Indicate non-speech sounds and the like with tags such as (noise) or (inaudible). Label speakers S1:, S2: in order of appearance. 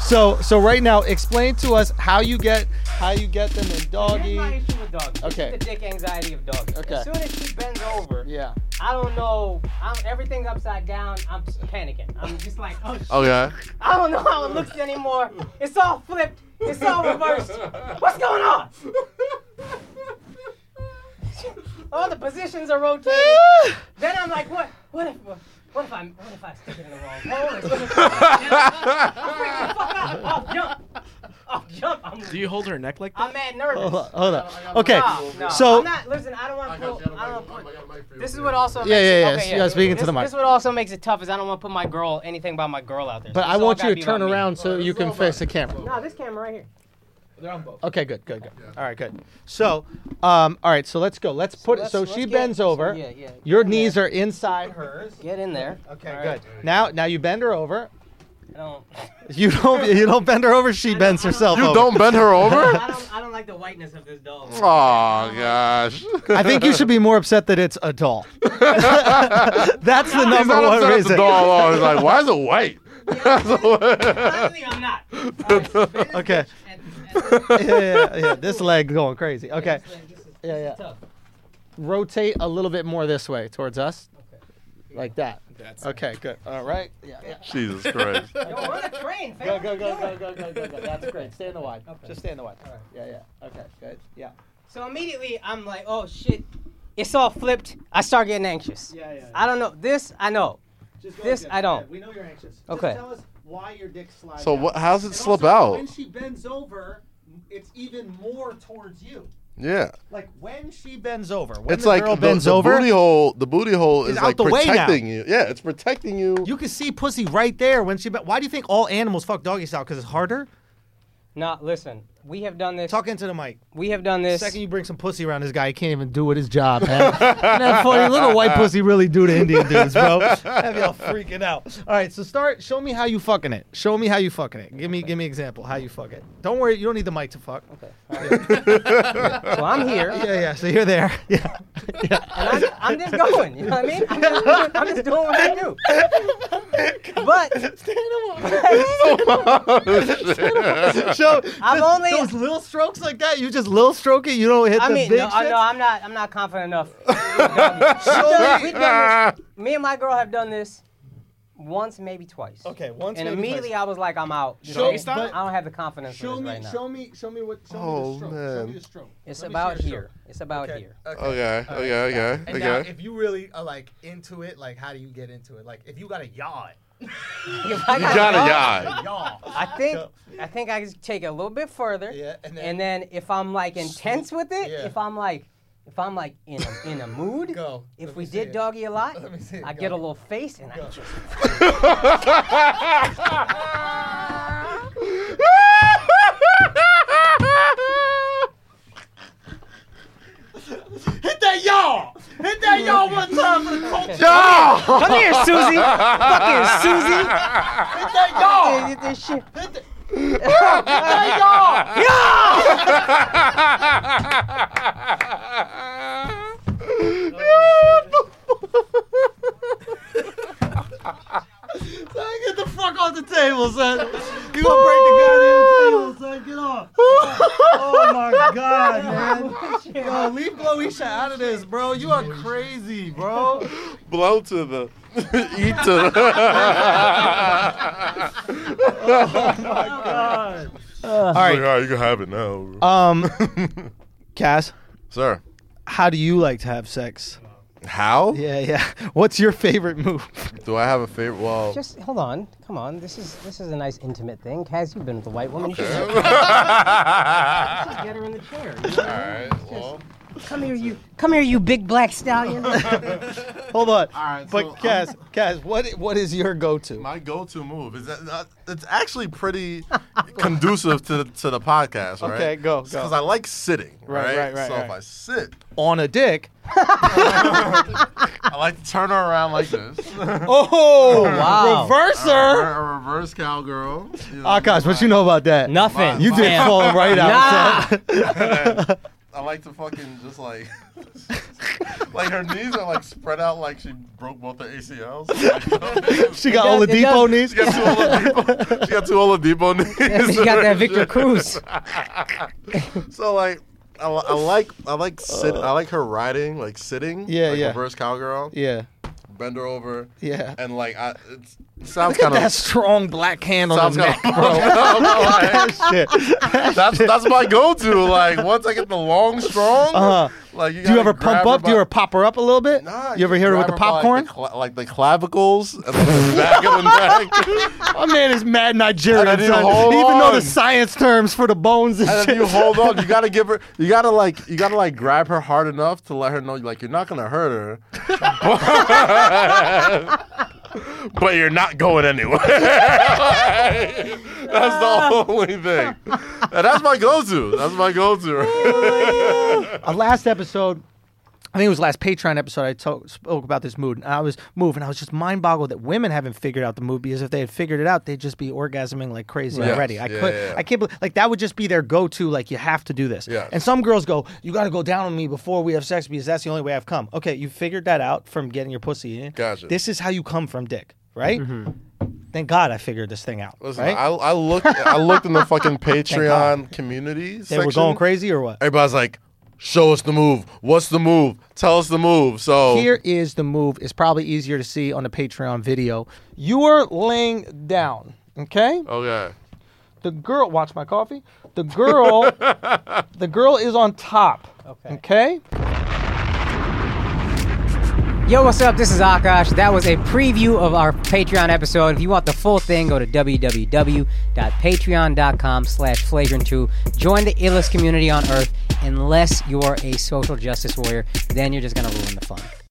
S1: So so right now, explain to us how you get how you get them in
S2: Here's
S1: doggy.
S2: my issue with doggy.
S1: Okay.
S2: It's the dick anxiety of doggy.
S1: Okay.
S2: As soon as she bends over,
S1: Yeah.
S2: I don't know. I'm everything's upside down. I'm just panicking. I'm just like, oh, shit.
S1: (laughs)
S3: Okay.
S2: I don't know how it looks anymore. It's all flipped. It's all reversed. What's going on? (laughs) All the positions are rotated. then I'm like, what? What if? What if I? What if I stick it in the wrong hole? It's
S1: (laughs)
S2: gonna- I'm freaking the fuck out. I'll jump. I'll jump. I'm,
S4: Do you hold her neck like that?
S2: I'm mad nervous.
S1: Hold on. Hold
S3: I
S1: on.
S3: got-
S1: Okay.
S2: No, no.
S1: So
S2: I'm not, listen, I don't want
S3: I
S2: to
S3: got
S2: put.
S3: you.
S2: I
S3: I
S2: don't
S3: got a
S2: put
S3: mic. I got a mic for you
S2: this is
S3: over
S2: what
S3: here.
S2: also
S1: Yeah,
S2: makes
S1: yeah,
S2: it,
S1: yeah.
S2: Okay,
S1: Yeah, speaking
S2: this,
S1: to the mic.
S2: This is what also makes it tough is I don't want to put my girl anything by my girl out there.
S1: but
S2: So
S1: I
S2: it's all
S1: want
S2: gotta
S1: you
S2: be
S1: to turn
S2: about me.
S1: around so you
S3: It's
S1: can
S3: all
S1: face the
S3: about-
S1: camera.
S2: No, this camera right here.
S4: They're on both.
S1: Okay, good, good, good.
S3: Yeah.
S1: All right, good. So, um, all right, so let's go. Let's put it.
S2: let's-
S1: So
S2: let's
S1: she
S2: get-
S1: bends
S2: so
S1: over.
S2: yeah, yeah. Get
S1: Your
S2: in
S1: knees
S2: there.
S1: are inside hers.
S2: Get in
S1: (laughs)
S2: there.
S1: Okay,
S2: All
S1: good.
S2: right.
S1: Now, now you bend her over.
S2: I don't.
S1: You don't. You don't bend her over. She
S2: don't-
S1: bends
S2: I don't-
S1: herself
S3: You
S1: over.
S3: don't bend
S1: (laughs)
S3: her over? (laughs)
S2: I don't. I don't like the whiteness of this dog.
S3: Oh (laughs) gosh.
S1: I think you should be more upset that it's a
S3: (laughs)
S1: doll. (laughs) That's the
S3: He's
S1: number
S3: not
S1: one
S3: upset at
S1: reason.
S3: the doll at all. He's like, why is it white?
S2: Honestly,
S1: (laughs)
S2: I'm not. All right, so bend this
S1: Okay.
S2: bitch and-
S1: Yeah,
S2: and-
S3: (laughs)
S1: yeah, yeah. This leg going crazy. (laughs) Okay,
S2: this is- this is
S1: Yeah, yeah.
S2: tough.
S1: rotate a little bit more this way towards us,
S2: Okay.
S1: like that.
S4: That's
S1: Okay, good. All right. Yeah, yeah.
S3: Jesus Christ.
S2: Yo, we're on the train, fam.
S1: Go, go,
S2: What you
S1: go, go,
S2: doing?
S1: go, go, go, go. That's great. Stay in the wide.
S2: Okay.
S1: Just stay in the wide.
S2: All right.
S1: Yeah, yeah. Okay, good. Yeah.
S2: So immediately I'm like, oh shit, it's all flipped. I start getting anxious.
S5: Yeah, yeah.
S2: I don't know. This I know.
S5: Just go
S2: This
S5: with
S2: I don't.
S5: Yeah, we know you're anxious.
S2: Okay.
S5: Just tell us why your dick slides.
S3: (laughs) So
S5: out.
S3: what? How's it
S5: And
S3: slip
S5: also,
S3: out?
S5: When she bends over, it's even more towards you.
S3: Yeah.
S5: Like when she
S1: She bends over. When
S3: It's
S1: the
S3: like
S1: girl
S3: the,
S1: bends
S3: the
S1: over,
S3: booty hole. The booty hole
S1: It's
S3: is
S1: out
S3: like
S1: the way now.
S3: protecting you. Yeah, it's protecting you.
S1: you can see pussy right there when she. Be- Why do you think all animals fuck doggy style? Because it's harder.
S2: No, listen. We have done this.
S1: Talk into the mic.
S2: We have done
S1: The
S2: this.
S1: second you bring some pussy around this guy, he can't even do what his job, man. and that funny little white pussy really do to Indian dudes, bro. Have y'all freaking out. All right, so start. Show me how you fucking it. Show me how you fucking it. Give me, give me example how you fuck it. Don't worry, you don't need the mic to fuck. Okay.
S2: so
S1: (laughs)
S2: I'm here.
S1: Yeah, yeah. So you're there. (laughs) Yeah.
S2: I'm, I'm just going. You know what I mean? I'm just, doing- I'm just doing what I do. But
S3: (laughs)
S1: Show.
S2: I'm
S1: just
S2: only-
S1: those little strokes like that. You just little stroke it. You don't hit
S2: I
S1: the
S2: mean,
S1: big
S2: no, I-
S1: shit.
S2: no, I'm not. I'm not confident enough.
S1: (laughs)
S2: We've done this. We've done- we've done
S3: Ah.
S2: this. Me and my girl have done this once, maybe twice.
S1: Okay, once
S2: And
S1: maybe
S2: immediately
S1: twice.
S2: I was like, I'm out. You
S1: Show-
S2: know,
S1: but-
S2: I don't have the confidence for
S1: Show
S2: this
S1: me,
S2: right now.
S1: show me, show me what. Show
S3: Oh,
S1: me the stroke. Show me
S3: man.
S1: the stroke.
S2: It's
S1: Let me see
S2: about
S1: your stroke.
S2: here. It's about
S1: Okay,
S2: here.
S3: (laughs)
S2: (laughs)
S3: Okay. Okay.
S6: And
S3: Okay.
S6: now,
S3: Okay.
S6: if you really are like into it, like how do you get into it? Like if you got a yaw,
S2: I
S3: You gotta yaw.
S6: yaw.
S2: (laughs) I think I think I can take it a little bit further.
S6: Yeah, and then-
S2: and
S6: (laughs)
S2: then if I'm like intense with it,
S6: Yeah.
S2: if I'm like if I'm like in a, in a mood,
S6: Go.
S2: if
S6: Let
S2: we
S6: me see
S2: did
S6: it.
S2: doggy a lot,
S6: (laughs) Let me see it.
S2: I
S6: Go.
S2: get a little face and I just
S5: hit that y'all, hit that y'all one time for the culture. Hit
S3: (laughs) Yaw.
S2: Come here, Susie. Fucking
S6: (laughs)
S2: Susie.
S5: that
S2: (laughs)
S5: y'all, hit
S2: This- this shit.
S5: that y'all.
S1: Son, Get the fuck off the table, son. You gonna break the goddamn table, son? Get off. Oh my god, man. Yo, leave Blowisha out of this, bro. You are crazy, bro.
S3: Blow to the, (laughs) eat to the.
S1: All right,
S3: Like, all right, Oh you can have it now.
S1: um, Cass,
S3: Sir.
S1: how do you like to have sex?
S3: How?
S1: Yeah, yeah. What's your favorite move?
S3: Do I have a favorite? Well,
S2: Just hold on. Come on. This is this is a nice intimate thing. Kaz, you've been with a white woman. You should know.
S6: (laughs)
S2: Just get her in the chair. you know?
S3: all right. Well,
S2: Come here, you. Come here, you big black
S6: (laughs)
S2: stallion.
S1: Hold on.
S3: All right,
S1: but
S3: so, um,
S1: Cass, Cass, what what is your go-to?
S3: my go-to move is that that- it's actually pretty (laughs) conducive to to the podcast, right?
S1: Okay, go, go.
S3: Because I like sitting,
S1: Right,
S3: right?
S1: right, right,
S3: so if
S1: right.
S3: I sit,
S1: On a dick.
S3: I like to turn her around like this.
S1: Oh,
S2: wow.
S1: reverser. Ah,
S3: A reverse cowgirl. You
S2: (laughs)
S3: know,
S1: Akash, what you know about that?
S2: Nothing.
S1: You just
S2: Damn.
S1: fall right out. son.
S3: I like to fucking just like, (laughs) like her knees are like spread out like she broke both her (laughs) ACLs.
S1: (laughs) She
S3: she
S1: got
S2: does- it
S1: Oladipo
S2: does-
S1: knees.
S3: she got two Oladipo. She got two Oladipo (laughs) knees.
S2: she got that Victor Cruz.
S3: (laughs) so like, I, li- I like I like sit. I like her riding like sitting.
S1: Yeah,
S3: like
S1: yeah.
S3: Reverse cowgirl.
S1: Yeah,
S3: Bend her over.
S1: yeah.
S3: (laughs) And like, I
S1: (laughs)
S3: it's, it sounds
S1: Look at
S3: kind
S1: that
S3: of.
S1: strong black hand on
S3: Sounds
S1: his
S3: kind
S1: neck,
S3: (laughs) of.
S1: bro. (laughs) Shit.
S3: that's that's my go-to. Like once I get the long strong,
S1: Uh-huh.
S3: like you
S1: Do you
S3: gotta
S1: ever
S3: grab
S1: pump
S3: her
S1: up? Do you
S3: by-
S1: ever pop her up a little bit?
S3: Nah,
S1: you ever hit her with
S3: grab
S1: the
S3: by, like,
S1: popcorn?
S3: cla- Like the, clavicles and then the back of the neck.
S1: My man is mad
S3: I
S1: Nigerian,
S3: didn't
S1: son.
S3: hold
S1: He even know
S3: on.
S1: the science terms for the bones and,
S3: And
S1: shit.
S3: then you hold on. You gotta give her. You gotta like. You gotta like grab her hard enough to let her know. Like you're not gonna hurt her, but, but you're not going (laughs) anywhere. that's the only thing. And that's my go-to. That's my go-to.
S1: Our last episode, I think it was last Patreon episode, I to- spoke about this mood. And I was moved, and I was just mind boggled that women haven't figured out the mood because if they had figured it out, they'd just be orgasming like crazy
S3: Right.
S1: already.
S3: Yes.
S1: I
S3: Yeah,
S1: could,
S3: yeah, yeah.
S1: I can't believe, like that would just be their go-to. Like you have to do this.
S3: Yes.
S1: And some girls go, "You got to go down on me before we have sex because that's the only way I've come." Okay, you figured that out from getting your pussy in.
S3: Gotcha.
S1: This is how you come from dick, right? Thank God I figured this thing out.
S3: Listen,
S1: right?
S3: I, I looked. I looked in the fucking Patreon community
S1: they
S3: section.
S1: were going crazy or what?
S3: Everybody's like, show us the move. What's the move? Tell us the move. So
S1: Here is the move. It's probably easier to see on the Patreon video. You are laying down, okay?
S3: Okay.
S1: The girl, watch my coffee. The girl, the girl is on top, okay?
S2: (laughs) Yo, what's up? This is Akash. That was a preview of our Patreon episode. If you want the full thing, go to www.patreon.com slash flagrant2. Join the illest community on earth unless you're a social justice warrior. Then you're just going to ruin the fun.